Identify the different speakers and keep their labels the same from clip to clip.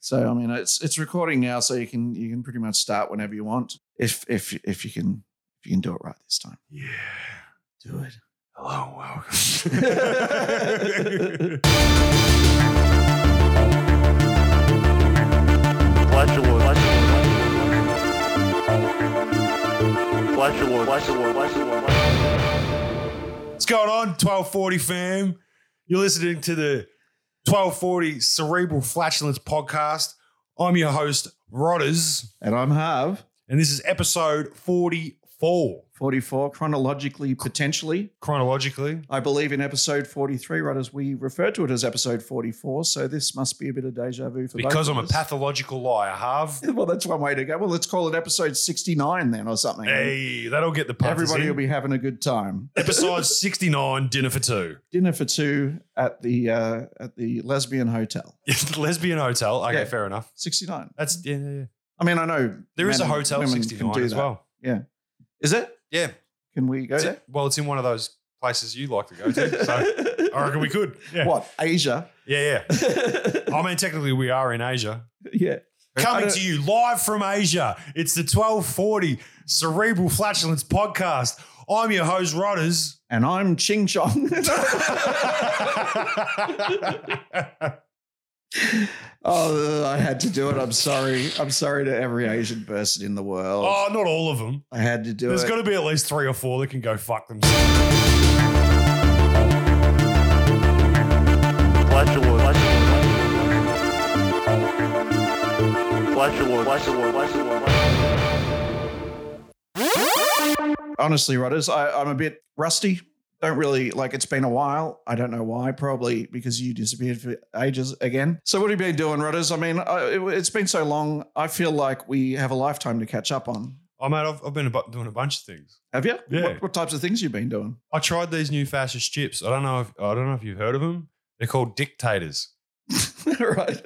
Speaker 1: So I mean, it's it's recording now, so you can you can pretty much start whenever you want, if if if you can if you can do it right this time.
Speaker 2: Yeah.
Speaker 1: Do it.
Speaker 2: Hello, welcome.
Speaker 3: Bless your Lord. Bless your Lord. Bless your Lord. Bless your Lord.
Speaker 2: What's going on, 1240 fam? You're listening to the 1240 Cerebral Flatulence Podcast. I'm your host, Rodders,
Speaker 1: And I'm Harv,
Speaker 2: and this is episode 44.
Speaker 1: 44 chronologically potentially.
Speaker 2: Chronologically,
Speaker 1: I believe in episode 43, right as we refer to it as episode 44. So this must be a bit of deja vu for both
Speaker 2: because
Speaker 1: of
Speaker 2: I'm a
Speaker 1: us.
Speaker 2: pathological liar, Harv.
Speaker 1: Well, that's one way to go. Well, let's call it episode 69 then or something.
Speaker 2: Hey, that'll get the punters
Speaker 1: Everybody
Speaker 2: in.
Speaker 1: will be having a good time.
Speaker 2: Episode 69, Dinner for Two.
Speaker 1: Dinner for two at the uh, at the lesbian hotel.
Speaker 2: Lesbian Hotel. Okay,
Speaker 1: Yeah.
Speaker 2: fair enough.
Speaker 1: 69.
Speaker 2: That's yeah, yeah, yeah.
Speaker 1: I mean, I know
Speaker 2: There is
Speaker 1: men
Speaker 2: a
Speaker 1: and
Speaker 2: hotel
Speaker 1: women can
Speaker 2: 69
Speaker 1: do
Speaker 2: as
Speaker 1: that.
Speaker 2: well.
Speaker 1: Is it?
Speaker 2: Yeah.
Speaker 1: Can we go
Speaker 2: It's-
Speaker 1: there?
Speaker 2: well, it's in one of those places you like to go to. So I reckon we could. Yeah.
Speaker 1: What Asia?
Speaker 2: Yeah, yeah. I mean, technically, we are in Asia.
Speaker 1: yeah. I
Speaker 2: Coming
Speaker 1: don't-
Speaker 2: to you live from Asia. It's the 1240 Cerebral Flatulence Podcast. I'm your host, Rodders.
Speaker 1: And I'm Ching Chong. oh, I had to do it. I'm sorry. I'm sorry to every Asian person in the world.
Speaker 2: oh, not all of them.
Speaker 1: I had to do
Speaker 2: There's
Speaker 1: it.
Speaker 2: got to be at least three or four that can go fuck themselves.
Speaker 3: Bless your Lord. Bless your Lord. Bless your Lord. Bless your Lord.
Speaker 1: Honestly, Rudders, I, I'm a bit rusty. Don't really like it's been a while. I don't know why. Probably because you disappeared for ages again. So, what have you been doing, Rudders? I mean, I, it, it's been so long. I feel like we have a lifetime to catch up on.
Speaker 2: Oh, mate, I've, I've been about doing a bunch of things.
Speaker 1: Have you?
Speaker 2: Yeah.
Speaker 1: What, what types of things you've been doing?
Speaker 2: I tried these new fascist chips. I don't know if I don't know if you've heard of them. They're called dictators.
Speaker 1: right.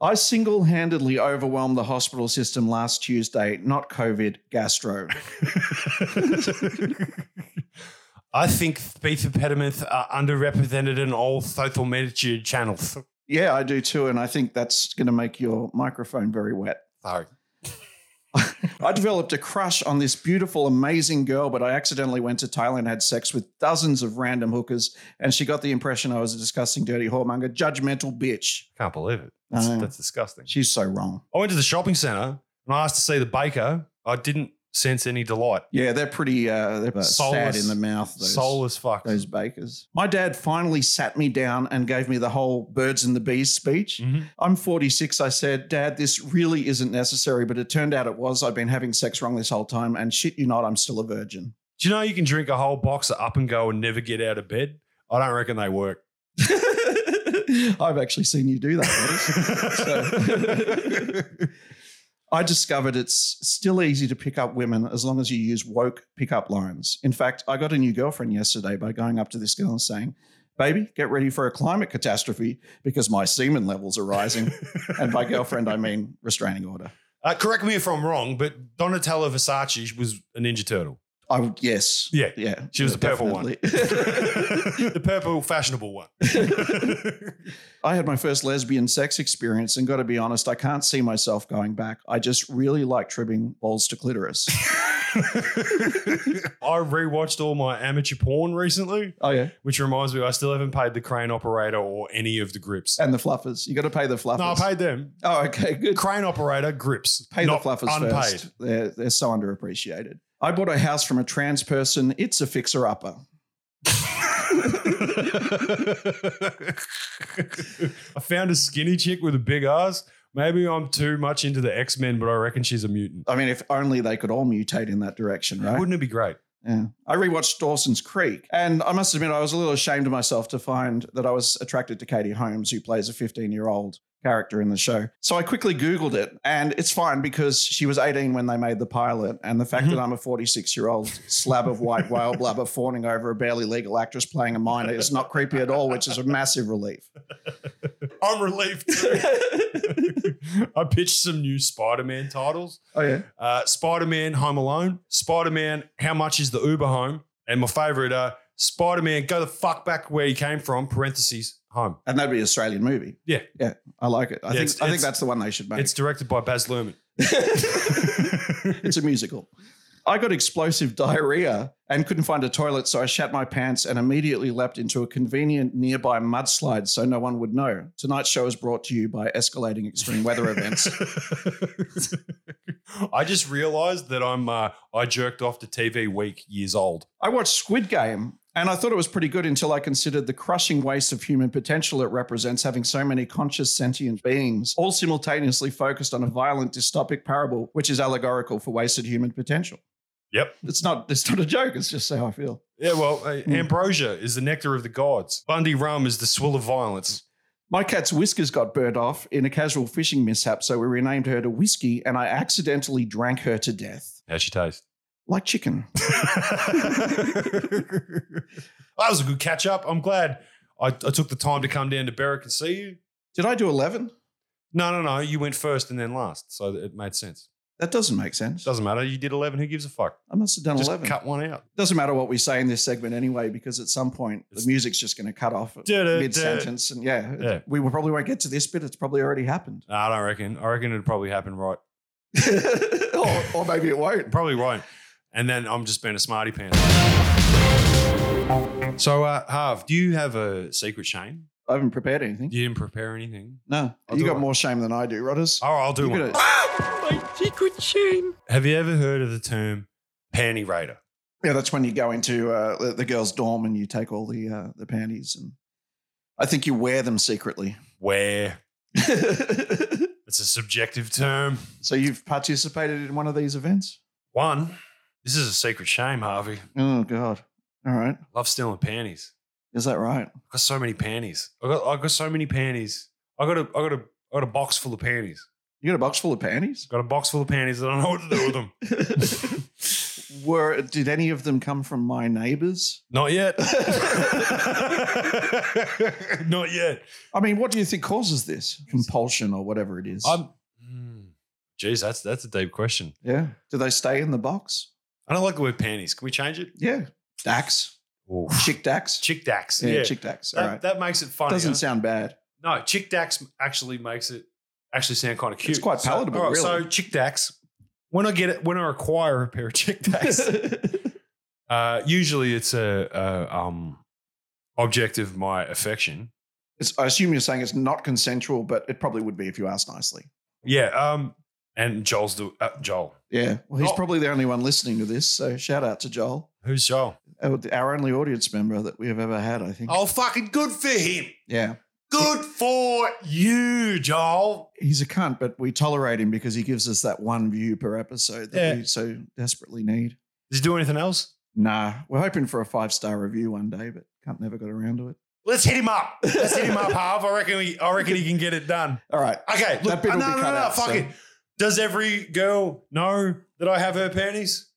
Speaker 1: I single handedly overwhelmed the hospital system last Tuesday, not COVID, gastro.
Speaker 2: I think bethopediments are underrepresented in all social media channels.
Speaker 1: Yeah, I do too. And I think that's going to make your microphone very wet.
Speaker 2: Sorry.
Speaker 1: I developed a crush on this beautiful, amazing girl, but I accidentally went to Thailand, had sex with dozens of random hookers, and she got the impression I was a disgusting, dirty whoremonger, judgmental bitch.
Speaker 2: Can't believe it. That's,
Speaker 1: I know.
Speaker 2: that's disgusting.
Speaker 1: She's so wrong.
Speaker 2: I went to the shopping centre and I asked to see the baker. I didn't sense any delight.
Speaker 1: Yeah, they're pretty uh, they're sad
Speaker 2: Soulless-
Speaker 1: in the mouth. Those,
Speaker 2: Soul as fuck.
Speaker 1: those bakers. My dad finally sat me down and gave me the whole birds and the bees speech.
Speaker 2: Mhm.
Speaker 1: I'm 46. I said, Dad, this really isn't necessary, but it turned out it was. I've been having sex wrong this whole time, and shit you not, I'm still a virgin.
Speaker 2: Do you know you can drink a whole box of up and go and never get out of bed? I don't reckon they work.
Speaker 1: I've actually seen you do that. Otis. So- I discovered it's still easy to pick up women as long as you use woke pickup lines. In fact, I got a new girlfriend yesterday by going up to this girl and saying, Baby, get ready for a climate catastrophe because my semen levels are rising. and by girlfriend, I mean restraining order.
Speaker 2: Uh, correct me if I'm wrong, but Donatella Versace was a Ninja Turtle.
Speaker 1: I would, yes.
Speaker 2: Yeah.
Speaker 1: Yeah.
Speaker 2: She was the purple one. the purple fashionable one.
Speaker 1: I had my first lesbian sex experience, and got to be honest, I can't see myself going back. I just really like trimming balls to clitoris.
Speaker 2: I rewatched all my amateur porn recently,
Speaker 1: oh, yeah.
Speaker 2: which reminds me I still haven't paid the crane operator or any of the grips.
Speaker 1: And the fluffers. You got to pay the fluffers.
Speaker 2: No, I paid them.
Speaker 1: Oh, okay. Good.
Speaker 2: Crane operator, grips.
Speaker 1: Pay
Speaker 2: not
Speaker 1: the fluffers
Speaker 2: unpaid.
Speaker 1: first. They're, they're so underappreciated. I bought a house from a trans person. It's a fixer upper.
Speaker 2: I found a skinny chick with a big ass. Maybe I'm too much into the X Men, but I reckon she's a mutant.
Speaker 1: I mean, if only they could all mutate in that direction, right?
Speaker 2: Wouldn't it be great?
Speaker 1: Yeah. I rewatched Dawson's Creek, and I must admit, I was a little ashamed of myself to find that I was attracted to Katie Holmes, who plays a 15 year old character in the show. So I quickly Googled it, and it's fine because she was 18 when they made the pilot. And the fact
Speaker 2: Mhm.
Speaker 1: that I'm a 46 year old slab of white whale blubber fawning over a barely legal actress playing a minor is not creepy at all, which is a massive relief.
Speaker 2: I'm relieved. Too. I pitched some new Spider Man titles.
Speaker 1: Oh, yeah.
Speaker 2: uh, Spider Man Home Alone, Spider Man How Much Is the Uber Home, and my favorite, uh, Spider Man Go the Fuck Back Where You Came From, parentheses, home.
Speaker 1: and that'd be an Australian movie.
Speaker 2: Yeah.
Speaker 1: yeah, I like it. I
Speaker 2: Yeah,
Speaker 1: think
Speaker 2: it's-
Speaker 1: I think
Speaker 2: it's-
Speaker 1: that's the one they should make.
Speaker 2: It's directed by Baz Luhrmann.
Speaker 1: it's a musical. I got explosive diarrhea and couldn't find a toilet, so I shat my pants and immediately leapt into a convenient nearby mudslide so no one would know. Tonight's show is brought to you by escalating extreme weather events.
Speaker 2: I just realized that I'm uh, I jerked off to TV Week years old.
Speaker 1: I watched Squid Game and I thought it was pretty good until I considered the crushing waste of human potential it represents having so many conscious sentient beings all simultaneously focused on a violent dystopic parable which is allegorical for wasted human potential.
Speaker 2: Yep.
Speaker 1: It's not it's not a joke, it's just how I feel.
Speaker 2: Yeah, well, uh,
Speaker 1: Hmm.
Speaker 2: ambrosia is the nectar of the gods. Bundy rum is the swill of violence.
Speaker 1: My cat's whiskers got burnt off in a casual fishing mishap, so we renamed her to Whiskey, and I accidentally drank her to death.
Speaker 2: How she taste?
Speaker 1: Like chicken.
Speaker 2: that was a good catch up. I'm glad I, I took the time to come down to Berwick and see you.
Speaker 1: Did I do 11?
Speaker 2: No, no, no. You went first and then last, so it made sense.
Speaker 1: That doesn't make sense.
Speaker 2: Doesn't matter. You did eleven. Who gives a fuck?
Speaker 1: I must have done
Speaker 2: Just
Speaker 1: 11.
Speaker 2: cut one out.
Speaker 1: Doesn't matter what we say in this segment anyway, because at some point the
Speaker 2: It's-
Speaker 1: music's just going to cut off at
Speaker 2: Da-da-da.
Speaker 1: mid sentence. And yeah,
Speaker 2: Yeah.
Speaker 1: we will probably won't get to this bit. It's probably already happened.
Speaker 2: Nah, I don't reckon. I reckon it'd probably happen right.
Speaker 1: or, or maybe it won't.
Speaker 2: Probably won't. And then I'm just being a smarty pants. So, uh, Harv, do you have a secret shame?
Speaker 1: I haven't prepared anything.
Speaker 2: You didn't prepare anything.
Speaker 1: No,
Speaker 2: I'll
Speaker 1: you
Speaker 2: do
Speaker 1: got
Speaker 2: one.
Speaker 1: more shame than I do, Rodders.
Speaker 2: Oh, I'll do
Speaker 1: You
Speaker 2: one.
Speaker 1: gotta-
Speaker 2: Have you ever heard of the term panty raider?
Speaker 1: Yeah, that's when you go into uh, the, the girls' dorm and you take all the uh, the panties, and I think you wear them secretly.
Speaker 2: Where it's a subjective term.
Speaker 1: so you've participated in one of these events?
Speaker 2: One, this is a secret shame, Harvey.
Speaker 1: Oh God! All right,
Speaker 2: Love stealing panties.
Speaker 1: is that right?
Speaker 2: I got so many panties. I got I got so many panties. I got a I got a I got a box full of panties.
Speaker 1: You got a box full of panties?
Speaker 2: Got a box full of panties. I don't know what to do with them.
Speaker 1: Were did any of them come from my neighbors?
Speaker 2: Not yet. Not yet.
Speaker 1: I mean, what do you think causes this compulsion or whatever it is?
Speaker 2: I'm. Hmm. Jeez, that's that's a deep question.
Speaker 1: yeah, do they stay in the box?
Speaker 2: I don't like the word panties. Can we change it?
Speaker 1: Yeah, Dax,
Speaker 2: Ooh.
Speaker 1: chick Dax,
Speaker 2: Chick dax.
Speaker 1: yeah,
Speaker 2: Yeah,
Speaker 1: chick Dax. All
Speaker 2: that,
Speaker 1: right,
Speaker 2: that makes it funny.
Speaker 1: doesn't
Speaker 2: huh?
Speaker 1: sound bad.
Speaker 2: no, chick dax actually makes it actually sound kind of cute.
Speaker 1: quite
Speaker 2: So-
Speaker 1: palatable,
Speaker 2: all
Speaker 1: really.
Speaker 2: So chick dax. When I get it, when I acquire a pair of chick dax, Uh, usually it's a, a um, object of my affection.
Speaker 1: It's, I assume you're saying it's not consensual, but it probably would be if you asked nicely.
Speaker 2: Yeah. Um, and Joel's the uh, Joel.
Speaker 1: Yeah. Well, he's
Speaker 2: Oh.
Speaker 1: probably the only one listening to this. So shout out to Joel,
Speaker 2: Who's Joel?
Speaker 1: our, our only audience member that we have ever had, I think.
Speaker 2: Oh, fucking good for him.
Speaker 1: Yeah.
Speaker 2: Good for you, Joel.
Speaker 1: He's a cunt, but we tolerate him because he gives us that one view per episode that
Speaker 2: Yeah.
Speaker 1: we so desperately need.
Speaker 2: Does he do anything else?
Speaker 1: Nah, we're hoping for a five star review one day, but cunt never got around to it.
Speaker 2: Let's hit him up. Let's hit him up, Harv. I reckon. We, I reckon he can get it done.
Speaker 1: All right.
Speaker 2: Okay. Look,
Speaker 1: That bit
Speaker 2: uh,
Speaker 1: will
Speaker 2: no,
Speaker 1: be
Speaker 2: no,
Speaker 1: cut
Speaker 2: no,
Speaker 1: out,
Speaker 2: Fuck
Speaker 1: so-
Speaker 2: it. Does every girl know that I have her panties?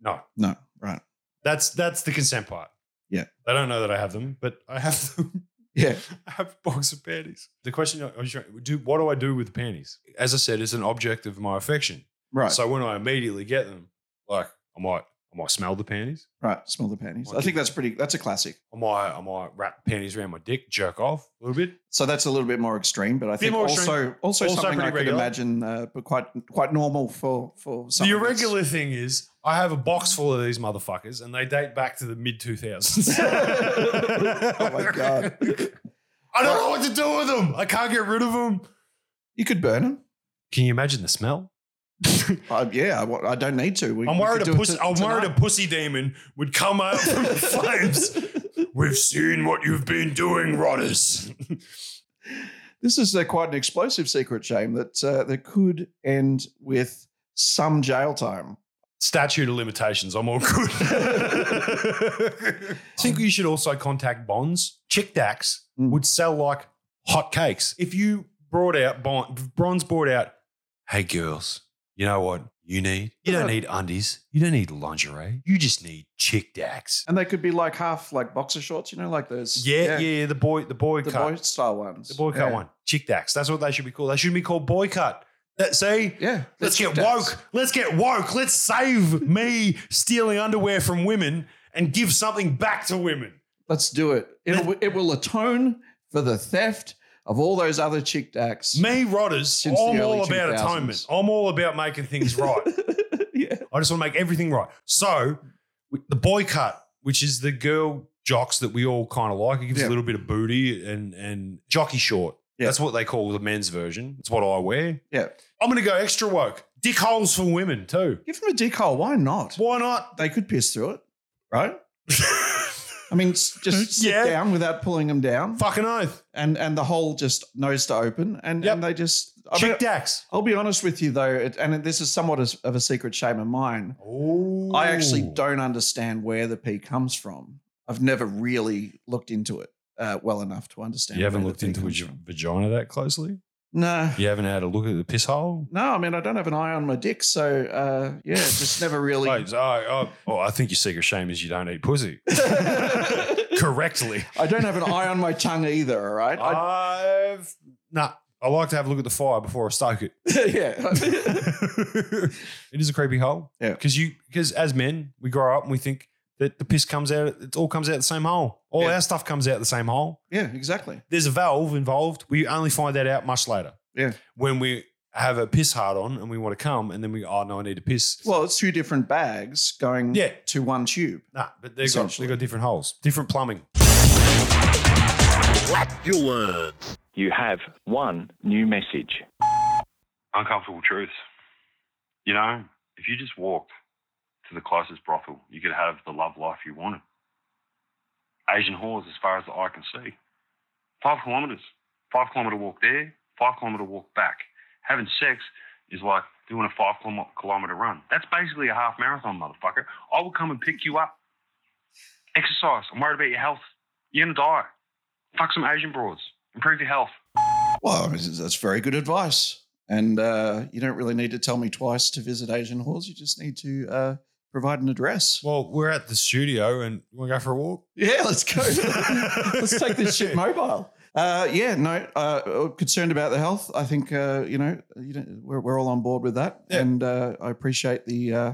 Speaker 2: No.
Speaker 1: No, right.
Speaker 2: That's that's the consent part.
Speaker 1: Yeah.
Speaker 2: They don't know that I have them, but I have them.
Speaker 1: Yeah.
Speaker 2: I have a box of panties. The question I was trying, do what do I do with the panties? As I said, it's an object of my affection.
Speaker 1: Right.
Speaker 2: So when I immediately get them, like I might, I might smell the panties.
Speaker 1: right. Smell the panties.
Speaker 2: Might
Speaker 1: I
Speaker 2: be-
Speaker 1: think that's pretty, that's a classic.
Speaker 2: I might, I might wrap panties around my dick, jerk off a little bit.
Speaker 1: So that's a little bit more extreme, but I think
Speaker 2: more
Speaker 1: also,
Speaker 2: extreme.
Speaker 1: also
Speaker 2: Also
Speaker 1: something
Speaker 2: pretty
Speaker 1: I could
Speaker 2: regular.
Speaker 1: imagine, uh, but quite quite normal for for some.
Speaker 2: the irregular thing is, I have a box full of these motherfuckers, and they date back to the mid two thousands.
Speaker 1: Oh my God.
Speaker 2: I don't know what to do with them. I can't get rid of them.
Speaker 1: You could burn them.
Speaker 2: Can you imagine the smell?
Speaker 1: Uh, yeah, I, wa- I don't need to. We,
Speaker 2: I'm
Speaker 1: we
Speaker 2: worried
Speaker 1: could
Speaker 2: a
Speaker 1: do it
Speaker 2: pussy.
Speaker 1: to-
Speaker 2: I'm worried a
Speaker 1: tonight.
Speaker 2: pussy demon would come out from the flames. We've seen what you've been doing, Rodders.
Speaker 1: this is uh, quite an explosive secret shame that uh, that could end with some jail time.
Speaker 2: Statute of limitations. I'm all good. I think you should also contact Bonds. Chick Dax
Speaker 1: Mm.
Speaker 2: would sell like hot cakes. If you brought out Bond, Bronze brought out, hey girls, you know what you need? You
Speaker 1: Uh-huh.
Speaker 2: don't need undies. You don't need lingerie. You just need Chick Dax.
Speaker 1: And they could be like half like boxer shorts, you know, like those.
Speaker 2: Yeah, yeah, yeah. The boy, the boy
Speaker 1: the
Speaker 2: cut.
Speaker 1: boy style ones.
Speaker 2: The boy cut
Speaker 1: yeah.
Speaker 2: one. Chick Dax. That's what they should be called. They shouldn't be called boycott. That, see?
Speaker 1: Yeah,
Speaker 2: Let's
Speaker 1: they're
Speaker 2: get
Speaker 1: chick
Speaker 2: woke. Let's get woke. Let's save me stealing underwear from women and give something back to women.
Speaker 1: Let's do it. It'll, it will atone for the theft of all those other chick dacks.
Speaker 2: Me, Rodders,
Speaker 1: Since the
Speaker 2: I'm
Speaker 1: early
Speaker 2: all
Speaker 1: 2000s.
Speaker 2: about atonement. I'm all about making things right.
Speaker 1: yeah.
Speaker 2: I just want to make everything right. So with the boycott, which is the girl jocks that we all kind of like, it gives
Speaker 1: Yeah.
Speaker 2: a little bit of booty and and jockey short.
Speaker 1: Yeah.
Speaker 2: That's what they call the men's version. It's what I wear.
Speaker 1: Yeah.
Speaker 2: I'm gonna go extra woke. Dick holes for women too.
Speaker 1: Give them a decal. Why not?
Speaker 2: Why not?
Speaker 1: They could pierce through it, right? I mean, s- just sit
Speaker 2: Yeah.
Speaker 1: down without pulling them down,
Speaker 2: Fucking oath.
Speaker 1: and and the hole just nose to open, and
Speaker 2: Yep.
Speaker 1: and they just. I mean,
Speaker 2: Chick Dax.
Speaker 1: I'll be honest with you though, it, and this is somewhat as- of a secret shame of mine.
Speaker 2: Oh.
Speaker 1: I actually don't understand where the pee comes from. I've never really looked into it uh, well enough to understand.
Speaker 2: You haven't
Speaker 1: where the
Speaker 2: looked
Speaker 1: pee
Speaker 2: into a
Speaker 1: comes
Speaker 2: gi-
Speaker 1: from.
Speaker 2: vagina that closely?
Speaker 1: No,
Speaker 2: You haven't had a look at the piss hole?
Speaker 1: no. I mean, I don't have an eye on my dick, so uh, yeah, just never really.
Speaker 2: Oh, it's- oh, oh, oh, I think your secret shame is you don't eat pussy.
Speaker 1: I
Speaker 2: Correctly.
Speaker 1: don't have an eye on my tongue either. All right.
Speaker 2: Ah.
Speaker 1: I,
Speaker 2: I've nah. I like to have a look at the fire before I stoke it.
Speaker 1: yeah.
Speaker 2: it is a creepy hole.
Speaker 1: Yeah.
Speaker 2: Because you because as men, we grow up and we think that the piss comes out, it all comes out the same hole. All
Speaker 1: Yeah.
Speaker 2: our stuff comes out the same hole.
Speaker 1: yeah. Exactly.
Speaker 2: There's a valve involved. We only find that out much later.
Speaker 1: Yeah.
Speaker 2: When we have a piss hard on and we want to come and then we oh no, I need to piss.
Speaker 1: Well, it's two different bags going
Speaker 2: Yeah.
Speaker 1: to one tube.
Speaker 2: Nah, but they've got,
Speaker 1: Essentially.
Speaker 2: they've got different holes, different plumbing.
Speaker 3: Flatulence.
Speaker 4: You have one new message.
Speaker 5: uncomfortable truths. You know, if you just walked to the closest brothel, you could have the love life you wanted. Asian whores as far as the eye can see. Five kilometres. Five kilometre walk there, five kilometre walk back. Having sex is like doing a five kilom- kilometre run. That's basically a half marathon, motherfucker. I will come and pick you up. Exercise. I'm worried about your health. You're going to die. Fuck some Asian broads. Improve your health.
Speaker 1: Well, I mean, that's very good advice. And uh, you don't really need to tell me twice to visit Asian halls. You just need to uh, provide an address.
Speaker 2: Well, we're at the studio and you want to go for a walk?
Speaker 1: Yeah, let's go. let's take this shit mobile. Uh, yeah, no, uh, concerned about the health. I think, uh, you know, you don't, we're, we're all on board with that.
Speaker 2: Yeah.
Speaker 1: And uh, I appreciate the uh,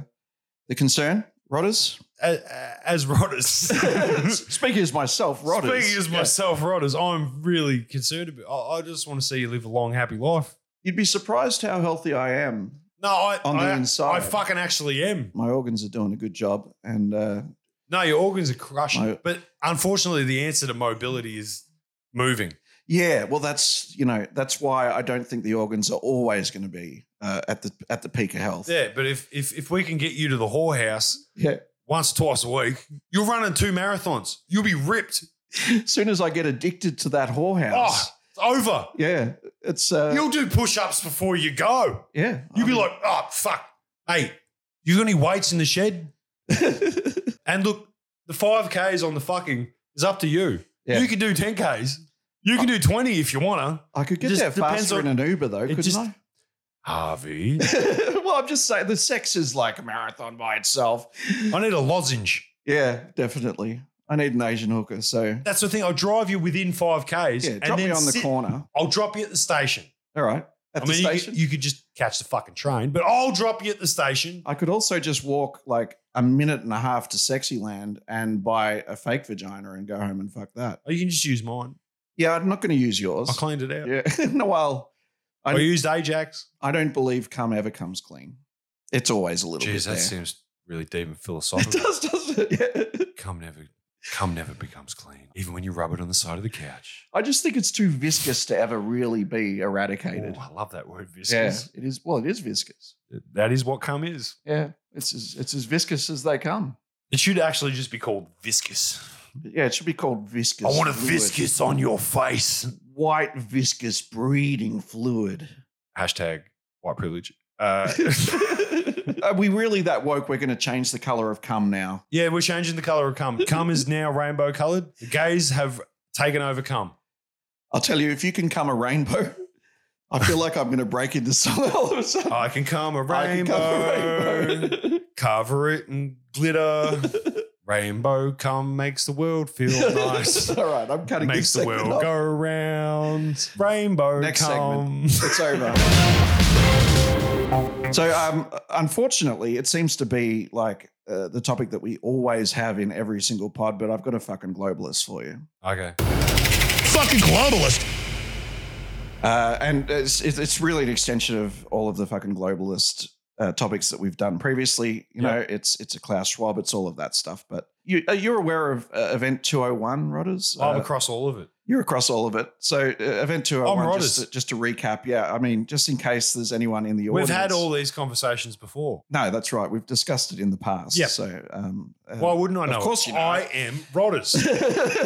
Speaker 1: the concern. Rodders?
Speaker 2: as, as Rodders.
Speaker 1: Speaking as myself, Rodders.
Speaker 2: Speaking as
Speaker 1: Yeah.
Speaker 2: myself, Rodders, I'm really concerned about. I, I just want to see you live a long, happy life.
Speaker 1: You'd be surprised how healthy I am.
Speaker 2: No, I
Speaker 1: On the
Speaker 2: I,
Speaker 1: inside.
Speaker 2: I fucking actually am.
Speaker 1: My organs are doing a good job. And uh,
Speaker 2: No, your organs are crushing.
Speaker 1: My-
Speaker 2: but unfortunately, the answer to mobility is moving.
Speaker 1: Yeah, well, that's you know that's why I don't think the organs are always going to be uh, at the at the peak of health.
Speaker 2: Yeah, but if if if we can get you to the whorehouse
Speaker 1: Yeah.
Speaker 2: once twice a week, you're running two marathons. You'll be ripped.
Speaker 1: As soon as I get addicted to that whorehouse,
Speaker 2: Oh, it's over.
Speaker 1: yeah, it's uh,
Speaker 2: You'll do push-ups before you go.
Speaker 1: yeah.
Speaker 2: You'll be
Speaker 1: I
Speaker 2: like, oh fuck, hey, you got any weights in the shed?
Speaker 1: mean-
Speaker 2: And look, the five Ks on the fucking is up to you.
Speaker 1: Yeah.
Speaker 2: You can do ten Ks. You can do twenty if you wanna.
Speaker 1: I could get
Speaker 2: Just
Speaker 1: there
Speaker 2: depends
Speaker 1: faster
Speaker 2: on-
Speaker 1: in an Uber though,
Speaker 2: it
Speaker 1: couldn't
Speaker 2: just-
Speaker 1: I?
Speaker 2: Harvey,
Speaker 1: well, I'm just saying the sex is like a marathon by itself.
Speaker 2: I need a lozenge.
Speaker 1: Yeah, definitely. I need an Asian hooker, so
Speaker 2: That's the thing. I'll drive you within five Ks.
Speaker 1: yeah,
Speaker 2: and
Speaker 1: drop
Speaker 2: then
Speaker 1: me on the
Speaker 2: sit-
Speaker 1: corner.
Speaker 2: I'll drop you at the station.
Speaker 1: All right, at
Speaker 2: I
Speaker 1: the
Speaker 2: mean, you
Speaker 1: station.
Speaker 2: could, you could just catch the fucking train, but I'll drop you at the station.
Speaker 1: I could also just walk like a minute and a half to Sexyland and buy a fake vagina and go home and fuck that.
Speaker 2: Oh, you can just use mine.
Speaker 1: Yeah, I'm not going to use yours.
Speaker 2: I cleaned it out.
Speaker 1: Yeah, no, well,
Speaker 2: I,
Speaker 1: I-
Speaker 2: used Ajax.
Speaker 1: I don't believe cum ever comes clean. It's always a little bit there.
Speaker 2: seems really deep and
Speaker 1: It
Speaker 2: philosophical.
Speaker 1: does, doesn't it? Yeah.
Speaker 2: Come never, come never becomes clean, even when you rub it on the side of the couch.
Speaker 1: I just think it's too viscous to ever really be eradicated.
Speaker 2: I love that word,
Speaker 1: yeah, it is. Well, it is viscous.
Speaker 2: That is what cum is.
Speaker 1: Yeah, it's as, it's as viscous as they come.
Speaker 2: It should actually just be called viscous.
Speaker 1: Yeah, it should be called viscous.
Speaker 2: I want a
Speaker 1: fluid.
Speaker 2: viscous on your face.
Speaker 1: white viscous breeding fluid.
Speaker 2: Hashtag white privilege. Uh,
Speaker 1: Are we really that woke? We're going to change the color of cum now.
Speaker 2: yeah, we're changing the color of cum. Cum is now rainbow colored. The gays have taken over cum.
Speaker 1: I'll tell you, if you can cum a rainbow, I feel like I'm going to break into song all of a sudden.
Speaker 2: I can cum a
Speaker 1: I can
Speaker 2: rainbow,
Speaker 1: cum a rainbow.
Speaker 2: cover it in glitter. rainbow cum makes the world feel nice.
Speaker 1: all right, I'm cutting
Speaker 2: makes
Speaker 1: this
Speaker 2: the world
Speaker 1: segment off.
Speaker 2: go round. Rainbow
Speaker 1: Next
Speaker 2: cum.
Speaker 1: It's over. So, um, unfortunately, it seems to be like uh, the topic that we always have in every single pod. But I've got a fucking globalist for you.
Speaker 2: Okay.
Speaker 6: fucking globalist.
Speaker 1: Uh, and it's, it's it's really an extension of all of the fucking globalist uh, topics that we've done previously. You know, it's it's a Klaus Schwab, it's all of that stuff. But you uh, you're aware of uh, Event 201, Rodders?
Speaker 2: I'm
Speaker 1: Uh,
Speaker 2: across all of it.
Speaker 1: you're across all of it. So uh, Event 201,
Speaker 2: I'm
Speaker 1: just
Speaker 2: Rodders.
Speaker 1: to, just to recap, yeah, I mean, just in case there's anyone in the
Speaker 2: We've
Speaker 1: audience.
Speaker 2: had all these conversations before.
Speaker 1: No, that's right. We've discussed it in the past.
Speaker 2: Yeah.
Speaker 1: So, um, uh,
Speaker 2: Why wouldn't I
Speaker 1: of
Speaker 2: know?
Speaker 1: course
Speaker 2: it?
Speaker 1: you know.
Speaker 2: I am Rodders.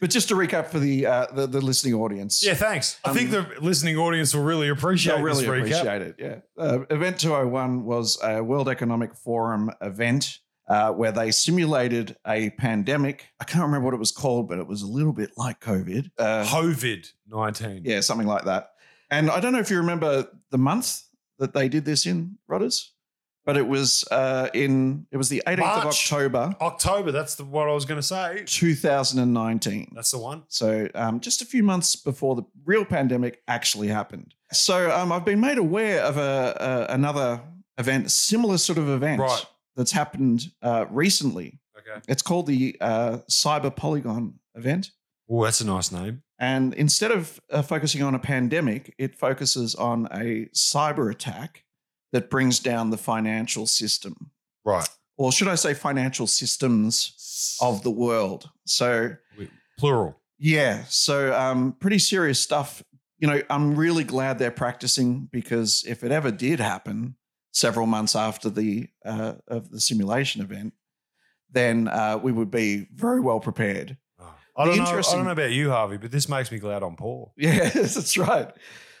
Speaker 1: but just to recap for the uh, the, the listening audience.
Speaker 2: Yeah, thanks. I think the listening audience will really appreciate
Speaker 1: I Um, really
Speaker 2: this recap.
Speaker 1: appreciate it. Yeah. Uh, event 201 was a World Economic Forum event uh, where they simulated a pandemic. I can't remember what it was called, but it was a little bit like COVID. Uh,
Speaker 2: COVID nineteen.
Speaker 1: yeah, something like that. And I don't know if you remember the month that they did this in, Rodders, but it was uh, in it was the 18th of
Speaker 2: March.
Speaker 1: October,
Speaker 2: October. That's the, what I was going to say.
Speaker 1: 2019.
Speaker 2: That's the one.
Speaker 1: So, um, just a few months before the real pandemic actually happened. So, um, I've been made aware of a, a another event, similar sort of event
Speaker 2: Right.
Speaker 1: that's happened uh, recently.
Speaker 2: Okay.
Speaker 1: It's called the uh, Cyber Polygon event,
Speaker 2: Oh, that's a nice name.
Speaker 1: and instead of uh, focusing on a pandemic, it focuses on a cyber attack that brings down the financial system,
Speaker 2: Right.
Speaker 1: or should I say, financial systems of the world. So,
Speaker 2: Plural.
Speaker 1: yeah, so um, pretty serious stuff. You know, I'm really glad they're practicing because if it ever did happen several months after the uh, of the simulation event, then uh, we would be very well prepared.
Speaker 2: I don't know. I
Speaker 1: Interesting.
Speaker 2: don't know about you, Harvey, but this makes me glad I'm poor.
Speaker 1: Yeah, that's right.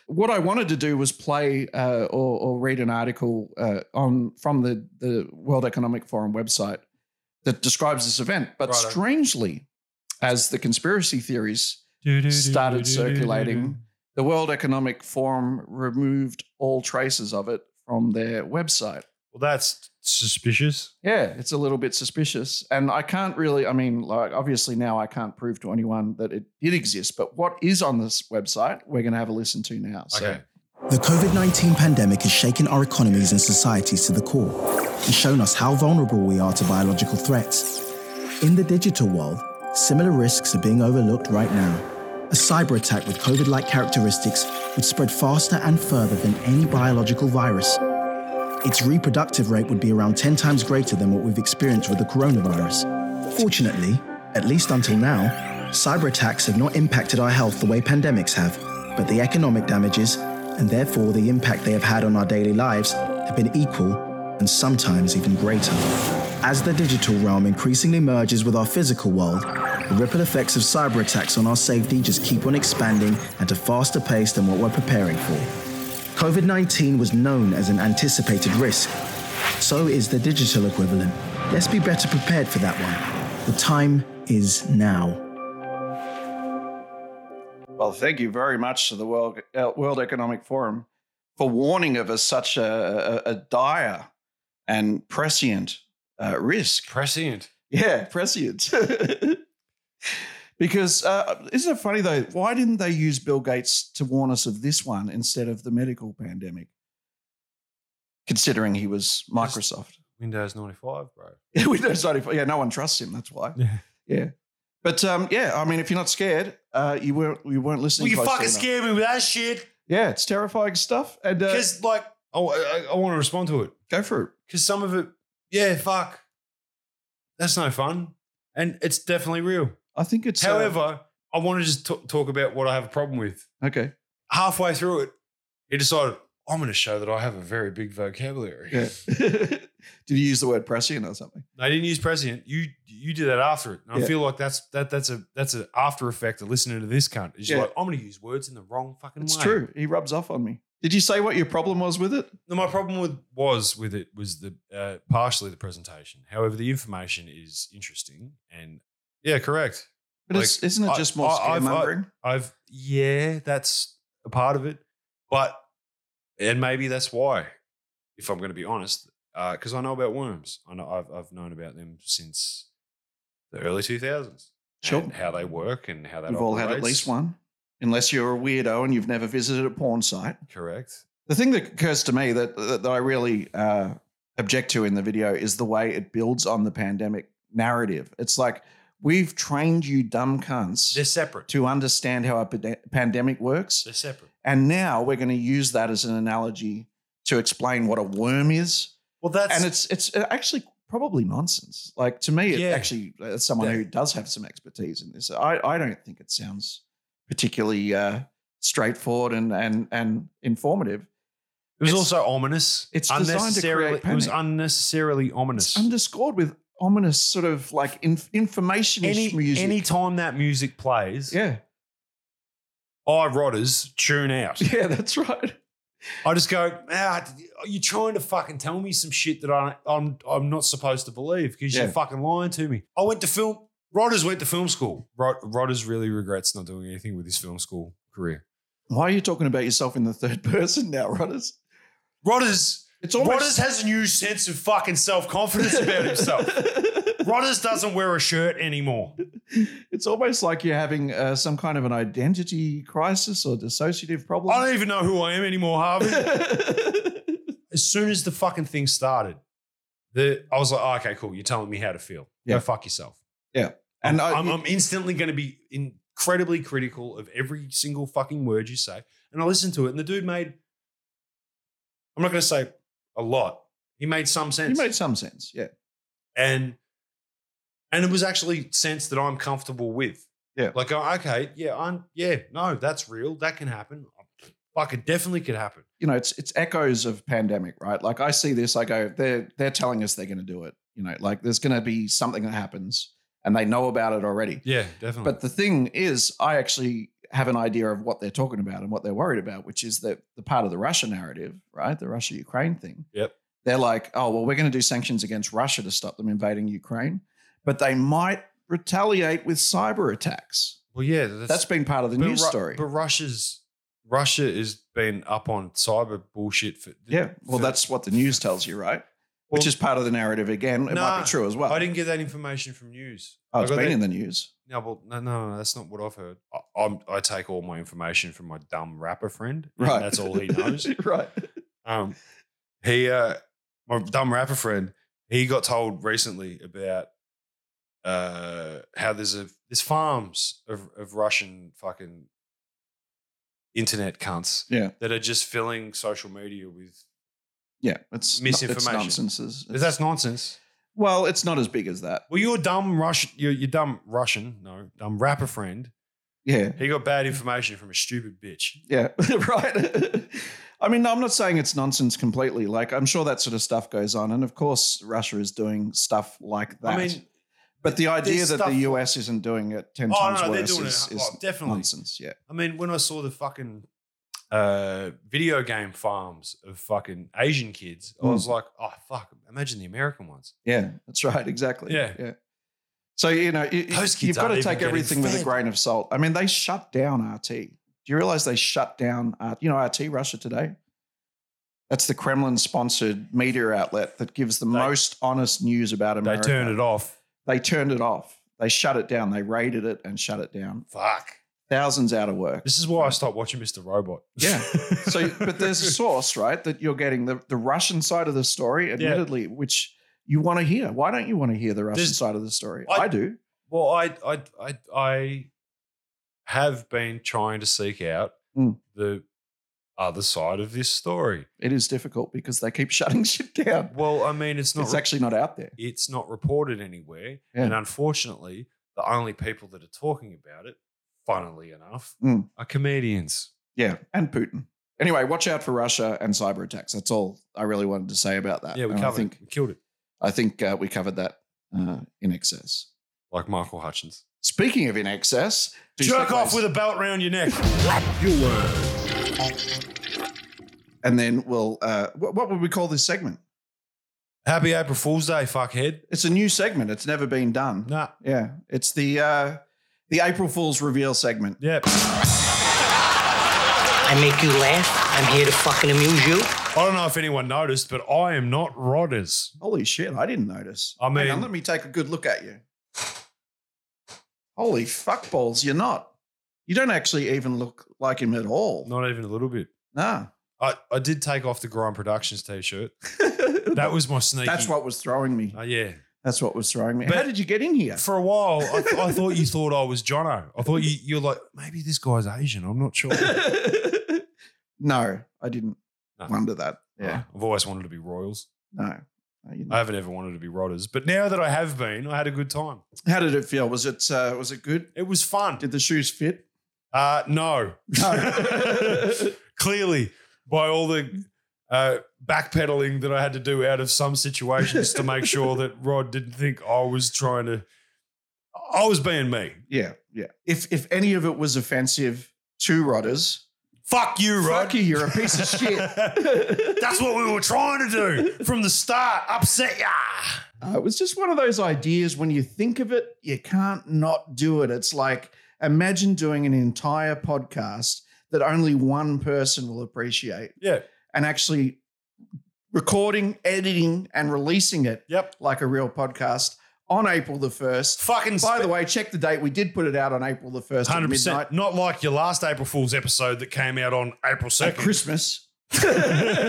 Speaker 1: What I wanted to do was play uh, or, or read an article uh, on from the the World Economic Forum website that describes this event, but
Speaker 2: Righto.
Speaker 1: strangely, as the conspiracy theories started circulating. The World Economic Forum removed all traces of it from their website.
Speaker 2: Well, that's suspicious.
Speaker 1: Yeah, it's a little bit suspicious. And I can't really, I mean, like, obviously now I can't prove to anyone that it did exist, but what is on this website, we're going to have a listen to now. So,
Speaker 2: Okay.
Speaker 6: The COVID 19 pandemic has shaken our economies and societies to the core and shown us how vulnerable we are to biological threats. In the digital world, similar risks are being overlooked right now. A cyber attack with COVID like characteristics would spread faster and further than any biological virus. Its reproductive rate would be around 10 times greater than what we've experienced with the coronavirus. Fortunately, at least until now, cyber attacks have not impacted our health the way pandemics have, but the economic damages, and therefore the impact they have had on our daily lives, have been equal and sometimes even greater. As the digital realm increasingly merges with our physical world, the ripple effects of cyber attacks on our safety just keep on expanding at a faster pace than what we're preparing for. COVID 19 was known as an anticipated risk. So is the digital equivalent. Let's be better prepared for that one. The time is now.
Speaker 1: well, thank you very much to the World, uh, World Economic Forum for warning of a, such a, a, a dire and prescient uh, risk.
Speaker 2: Prescient.
Speaker 1: Yeah, prescient. because uh, isn't it funny though? Why didn't they use Bill Gates to warn us of this one instead of the medical pandemic? Considering he was Microsoft.
Speaker 2: Windows ninety five, bro.
Speaker 1: Windows 95. Yeah, no one trusts him. That's why.
Speaker 2: Yeah.
Speaker 1: Yeah. But um, yeah, I mean, if you're not scared, uh, you weren't you weren't
Speaker 2: Well,
Speaker 1: listening.
Speaker 2: you
Speaker 1: closely
Speaker 2: fucking
Speaker 1: enough.
Speaker 2: scared me with that shit.
Speaker 1: Yeah, it's terrifying stuff. And uh,
Speaker 2: Because like, oh, I, I want to respond to it.
Speaker 1: go for it.
Speaker 2: because some of it, yeah, fuck, that's no fun, and it's definitely real.
Speaker 1: I think it's. uh,
Speaker 2: However, I want to just t- talk about what I have a problem with.
Speaker 1: okay.
Speaker 2: Halfway through it, he decided I'm going to show that I have a very big vocabulary.
Speaker 1: Yeah. Did you use the word prescient or something?
Speaker 2: I didn't use president. You you did that after it, and
Speaker 1: Yeah.
Speaker 2: I feel like that's that that's a that's an after effect of listening to this cunt. It's just
Speaker 1: Yeah.
Speaker 2: like I'm going to use words in the wrong fucking
Speaker 1: It's
Speaker 2: way.
Speaker 1: true. He rubs off on me. Did you say what your problem was with it?
Speaker 2: No, my problem with was with it was the uh, partially the presentation. However, the information is interesting and yeah, correct.
Speaker 1: But it's,
Speaker 2: Like,
Speaker 1: isn't it
Speaker 2: I-
Speaker 1: just more
Speaker 2: I- I've- I-
Speaker 1: scaremongering?
Speaker 2: I've yeah, that's a part of it, but and maybe that's why, if I'm going to be honest, because I know about worms. I know I've I've known about them since the early 2000s.
Speaker 1: Sure.
Speaker 2: and how they work and how that
Speaker 1: We've all had at
Speaker 2: operates.
Speaker 1: least one, unless you're a weirdo and you've never visited a porn site.
Speaker 2: Correct.
Speaker 1: The thing that occurs to me that that, that I really uh, object to in the video is the way it builds on the pandemic narrative. It's like We've trained you dumb cunts
Speaker 2: They're separate.
Speaker 1: to understand how a pande- pandemic works.
Speaker 2: They're separate.
Speaker 1: And now we're going to use that as an analogy to explain what a worm is.
Speaker 2: Well, that's
Speaker 1: And it's it's uh, actually probably nonsense. Like to me, it
Speaker 2: Yeah.
Speaker 1: actually uh, as someone
Speaker 2: That-
Speaker 1: who does have some expertise in this, I, I don't think it sounds particularly uh, straightforward and and and informative.
Speaker 2: It was
Speaker 1: It's-
Speaker 2: also ominous.
Speaker 1: it's designed to create
Speaker 2: Unnecessarily- It was
Speaker 1: panic.
Speaker 2: unnecessarily ominous.
Speaker 1: It's underscored with ominous sort of like inf- information
Speaker 2: any
Speaker 1: music.
Speaker 2: any time that music plays,
Speaker 1: yeah,
Speaker 2: I rodders tune out.
Speaker 1: yeah, that's right.
Speaker 2: I just go, ah, are you trying to fucking tell me some shit that I, I'm I'm not supposed to believe because
Speaker 1: Yeah.
Speaker 2: you're fucking lying to me. I went to film. Rodders went to film school. Rod, Rodders really regrets not doing anything with his film school career.
Speaker 1: Why are you talking about yourself in the third person now, Rodders?
Speaker 2: Rodders.
Speaker 1: It's almost
Speaker 2: Rodders has a new sense of fucking self confidence about himself. Rodders doesn't wear a shirt anymore.
Speaker 1: it's almost like you're having uh, some kind of an identity crisis or dissociative problem.
Speaker 2: I don't even know who I am anymore, Harvey. as soon as the fucking thing started, the I was like, oh, okay, cool. You're telling me how to feel.
Speaker 1: Yeah.
Speaker 2: Go fuck yourself.
Speaker 1: and I,
Speaker 2: I, am I'm instantly going to be incredibly critical of every single fucking word you say. And I listened to it, and the dude made. I'm not going to say a lot. He made some
Speaker 1: you
Speaker 2: sense,
Speaker 1: made some sense. Yeah,
Speaker 2: and and it was actually sense that I'm comfortable with.
Speaker 1: Yeah.
Speaker 2: like oh, okay, yeah, I'm, yeah, no, that's real. That can happen. Like it definitely could happen.
Speaker 1: you know, it's it's echoes of pandemic, right? Like I see this, I go, they're they're telling us they're going to do it. You know, like there's going to be something that happens, and they know about it already.
Speaker 2: Yeah, definitely.
Speaker 1: But the thing is, I actually have an idea of what they're talking about and what they're worried about, which is that the part of the Russia narrative, right? The Russia Ukraine thing.
Speaker 2: Yep.
Speaker 1: They're like, oh, well, we're going to do sanctions against Russia to stop them invading Ukraine, but they might retaliate with cyber attacks.
Speaker 2: well, yeah,
Speaker 1: That's been part of the news
Speaker 2: Ru-
Speaker 1: story.
Speaker 2: But Russia's Russia has been up on cyber bullshit for
Speaker 1: yeah. Well,
Speaker 2: for-
Speaker 1: that's what the news tells you, right?
Speaker 2: Well,
Speaker 1: Which is part of the narrative again. It might
Speaker 2: Nah,
Speaker 1: be true as well.
Speaker 2: I didn't get that information from news.
Speaker 1: oh,
Speaker 2: I
Speaker 1: it's
Speaker 2: got
Speaker 1: been
Speaker 2: that-
Speaker 1: in the news.
Speaker 2: no, well, no, no, no, that's not what I've heard. I, I'm, I take all my information from my dumb rapper friend. and
Speaker 1: Right.
Speaker 2: that's all he knows.
Speaker 1: right.
Speaker 2: um, he, uh, my dumb rapper friend, he got told recently about uh, how there's a there's farms of, of Russian fucking internet cunts
Speaker 1: Yeah.
Speaker 2: that are just filling social media with
Speaker 1: Yeah. It's
Speaker 2: Misinformation.
Speaker 1: It's nonsense.
Speaker 2: that's nonsense.
Speaker 1: well, it's not as big as that.
Speaker 2: Well, your dumb Russian, your, your dumb Russian, no, dumb rapper friend.
Speaker 1: Yeah.
Speaker 2: He got bad information from a stupid bitch.
Speaker 1: Yeah, right. I mean, I'm not saying it's nonsense completely. Like, I'm sure that sort of stuff goes on. And of course, Russia is doing stuff like that.
Speaker 2: I mean,
Speaker 1: but the idea
Speaker 2: there's
Speaker 1: that
Speaker 2: stuff-
Speaker 1: the US isn't doing it 10
Speaker 2: Oh,
Speaker 1: times
Speaker 2: no, they're
Speaker 1: worse
Speaker 2: doing
Speaker 1: is,
Speaker 2: it.
Speaker 1: is
Speaker 2: Oh, definitely.
Speaker 1: nonsense. Yeah.
Speaker 2: I mean, when I saw the fucking uh, video game farms of fucking Asian kids, I
Speaker 1: Mm.
Speaker 2: was like, oh fuck! Imagine the American ones.
Speaker 1: Yeah. That's right. Exactly.
Speaker 2: Yeah.
Speaker 1: Yeah. So, you know, you,
Speaker 2: Those kids
Speaker 1: you've got
Speaker 2: aren't
Speaker 1: to
Speaker 2: even
Speaker 1: take
Speaker 2: getting
Speaker 1: everything with a
Speaker 2: fed.
Speaker 1: grain of salt. I mean, they shut down RT. Do you realize they shut down, uh, you know, RT Russia today? That's the Kremlin sponsored media outlet that gives the most honest news about America.
Speaker 2: They turned it off.
Speaker 1: they turned it off. They shut it down. They raided it and shut it down.
Speaker 2: Fuck.
Speaker 1: Thousands out of work.
Speaker 2: This is why I stopped watching Mr. Robot.
Speaker 1: Yeah. So, but there's a source, right, that you're getting the, the Russian side of the story, admittedly, which you want to hear. Why don't you want to hear the Russian
Speaker 2: There's-
Speaker 1: side of the story? I,
Speaker 2: I-
Speaker 1: do.
Speaker 2: Well, I I I, I have been trying to seek out
Speaker 1: Mm.
Speaker 2: the other side of this story.
Speaker 1: It is difficult because they keep shutting shit down.
Speaker 2: Well, I mean, it's not
Speaker 1: it's actually not out there.
Speaker 2: it's not reported anywhere,
Speaker 1: Yeah.
Speaker 2: and unfortunately, the only people that are talking about it, funnily enough,
Speaker 1: Mm.
Speaker 2: are comedians.
Speaker 1: Yeah. And Putin. Anyway, watch out for Russia and cyber attacks. That's all I really wanted to say about that.
Speaker 2: Yeah, we
Speaker 1: And Uh, I
Speaker 2: covered
Speaker 1: think
Speaker 2: it. We killed it,
Speaker 1: I think uh, we covered that uh, in excess.
Speaker 2: like Michael Hutchins.
Speaker 1: Speaking of in excess, do
Speaker 2: Jerk
Speaker 1: segues.
Speaker 2: off with a belt round your neck.
Speaker 1: and then we'll uh, what, what would we call this segment?
Speaker 2: Happy April Fool's Day, fuckhead.
Speaker 1: It's a new segment. It's never been done.
Speaker 2: Nah,
Speaker 1: Yeah, it's the uh, the April Fool's reveal segment.
Speaker 2: yeah.
Speaker 7: I make you laugh. I'm here to fucking amuse you.
Speaker 2: I don't know if anyone noticed, but I am not Rodders.
Speaker 1: Holy shit, I didn't notice.
Speaker 2: I
Speaker 1: Hang
Speaker 2: mean-
Speaker 1: on, let me take a good look at you. Holy fuck balls, you're not. You don't actually even look like him at all.
Speaker 2: Not even a little bit.
Speaker 1: Nah.
Speaker 2: I, I did take off the Grime Productions t-shirt. That was my sneaky.
Speaker 1: That's what was throwing me.
Speaker 2: Oh yeah,
Speaker 1: That's what was throwing me.
Speaker 2: But-
Speaker 1: How did you get in here?
Speaker 2: For a while, I, th- I thought you thought I was Jono. I thought you, you're like, maybe this guy's Asian. I'm not sure.
Speaker 1: no, I didn't
Speaker 2: No.
Speaker 1: wonder that. Yeah.
Speaker 2: I've always wanted to be Royals.
Speaker 1: No. No, you didn't.
Speaker 2: I haven't ever wanted to be Rodders. But now that I have been, I had a good time.
Speaker 1: How did it feel? Was it uh, was it good?
Speaker 2: It was fun.
Speaker 1: Did the shoes fit?
Speaker 2: Uh, no. Clearly, by all the uh, backpedaling that I had to do out of some situations to make sure that Rod didn't think I was trying to. I was being me.
Speaker 1: Yeah, yeah. If if any of it was offensive to Rodders,
Speaker 2: Fuck you, Rod.
Speaker 1: fuck you, you're a piece of shit. Uh,
Speaker 2: That's what we were trying to do from the start. Upset ya.
Speaker 1: Uh, it was just one of those ideas when you think of it, you can't not do it. It's like imagine doing an entire podcast that only one person will appreciate
Speaker 2: Yeah.
Speaker 1: and actually recording, editing, and releasing it
Speaker 2: Yep.
Speaker 1: like a real podcast on April the 1st.
Speaker 2: Fucking.
Speaker 1: By the way, check the date. We did put it out on April the 1st at
Speaker 2: hundred
Speaker 1: midnight
Speaker 2: percent. Not like your last April Fool's episode that came out on April
Speaker 1: at
Speaker 2: second.
Speaker 1: Christmas.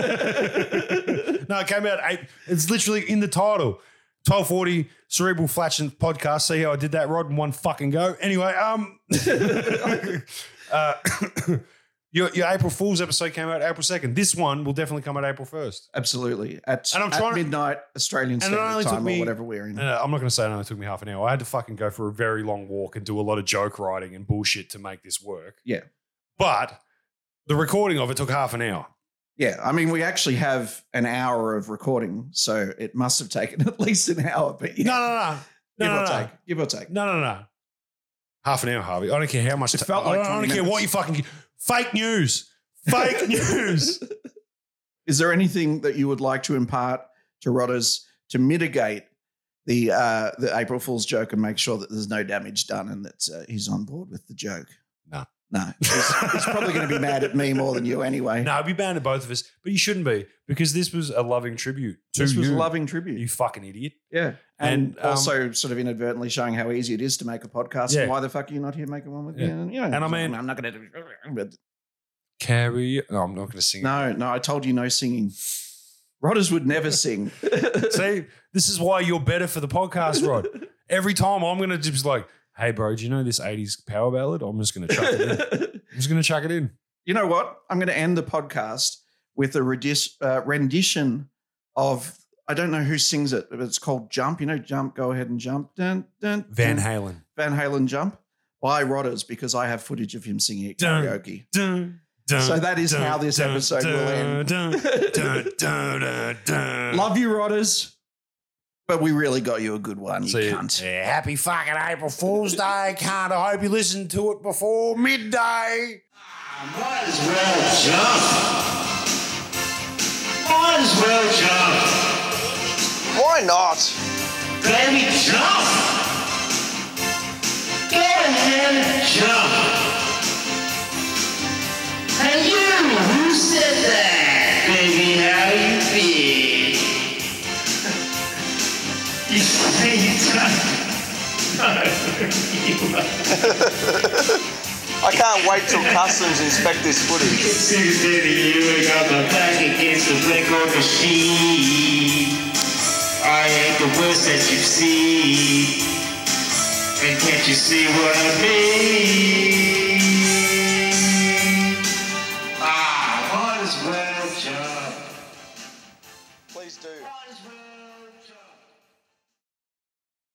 Speaker 2: no, it came out. Eight, it's literally in the title. Twelve forty cerebral flatulence podcast. See how I did that, Rod, in one fucking go. Anyway, um, uh, your your April Fool's episode came out April second. This one will definitely come out April first.
Speaker 1: Absolutely. At,
Speaker 2: And I'm
Speaker 1: at
Speaker 2: trying to-
Speaker 1: midnight Australian
Speaker 2: it
Speaker 1: Standard
Speaker 2: only took
Speaker 1: Time or
Speaker 2: me-
Speaker 1: whatever we're in.
Speaker 2: And uh, I'm not going to say it only took me half an hour. I had to fucking go for a very long walk and do a lot of joke writing and bullshit to make this work.
Speaker 1: Yeah.
Speaker 2: but the recording of it took half an hour.
Speaker 1: Yeah, I mean, we actually have an hour of recording, so it must have taken at least an hour. But yeah,
Speaker 2: No, no, no. No,
Speaker 1: give
Speaker 2: no,
Speaker 1: or
Speaker 2: no.
Speaker 1: take, give or take.
Speaker 2: No, no, no. Half an hour, Harvey. I don't care how much.
Speaker 1: It felt
Speaker 2: I
Speaker 1: like
Speaker 2: don't, I don't
Speaker 1: 20
Speaker 2: care what you
Speaker 1: minutes.
Speaker 2: fucking. Fake news. Fake news.
Speaker 1: Is there anything that you would like to impart to Rodders to mitigate the uh, the April Fool's joke and make sure that there's no damage done and that uh, he's on board with the joke?
Speaker 2: No.
Speaker 1: no, he's, he's probably going to be mad at me more than you anyway.
Speaker 2: No, we banned both of us, but you shouldn't be because this was a loving tribute to
Speaker 1: this was a
Speaker 2: you.
Speaker 1: loving
Speaker 2: you
Speaker 1: tribute.
Speaker 2: fucking idiot.
Speaker 1: Yeah, and,
Speaker 2: And, um,
Speaker 1: also sort of inadvertently showing how easy it is to make a podcast.
Speaker 2: Yeah.
Speaker 1: And why the fuck are you not here making one with me?
Speaker 2: Yeah.
Speaker 1: And, you know,
Speaker 2: And I mean-
Speaker 1: I'm not going to do. But
Speaker 2: Carry. No, I'm not going to sing.
Speaker 1: No, no, I told you no singing. Rodders would never sing.
Speaker 2: See, this is why you're better for the podcast, Rod. Every time I'm going to just like, hey, bro, do you know this 80s power ballad? I'm just going to chuck it in. I'm just going to chuck it in.
Speaker 1: you know what? I'm going to end the podcast with a redis- uh, rendition of I don't know who sings it, but it's called Jump. You know, Jump. Go ahead and jump. Dun, dun,
Speaker 2: Van
Speaker 1: dun.
Speaker 2: Halen.
Speaker 1: Van Halen Jump by Rodders because I have footage of him singing it
Speaker 2: Dun.
Speaker 1: karaoke.
Speaker 2: Dun, dun,
Speaker 1: So that is how this episode will end.
Speaker 2: dun, dun, dun, dun, dun.
Speaker 1: Love you, Rodders, but we really got you a good one. You
Speaker 2: So you-
Speaker 1: cunt.
Speaker 2: yeah, happy fucking April Fool's Day, can't I hope you listened to it before midday.
Speaker 8: Might as well jump. Might as well jump.
Speaker 9: Why not?
Speaker 8: Baby, jump. Go ahead and jump. And you, who said that? Baby, how you feel? you say you jump.
Speaker 9: I can't wait till customs inspect this footage.
Speaker 8: Six thirty, you got my back against the black old machine. I ain't the worst that you've seen. And can't you see what I mean? Ah,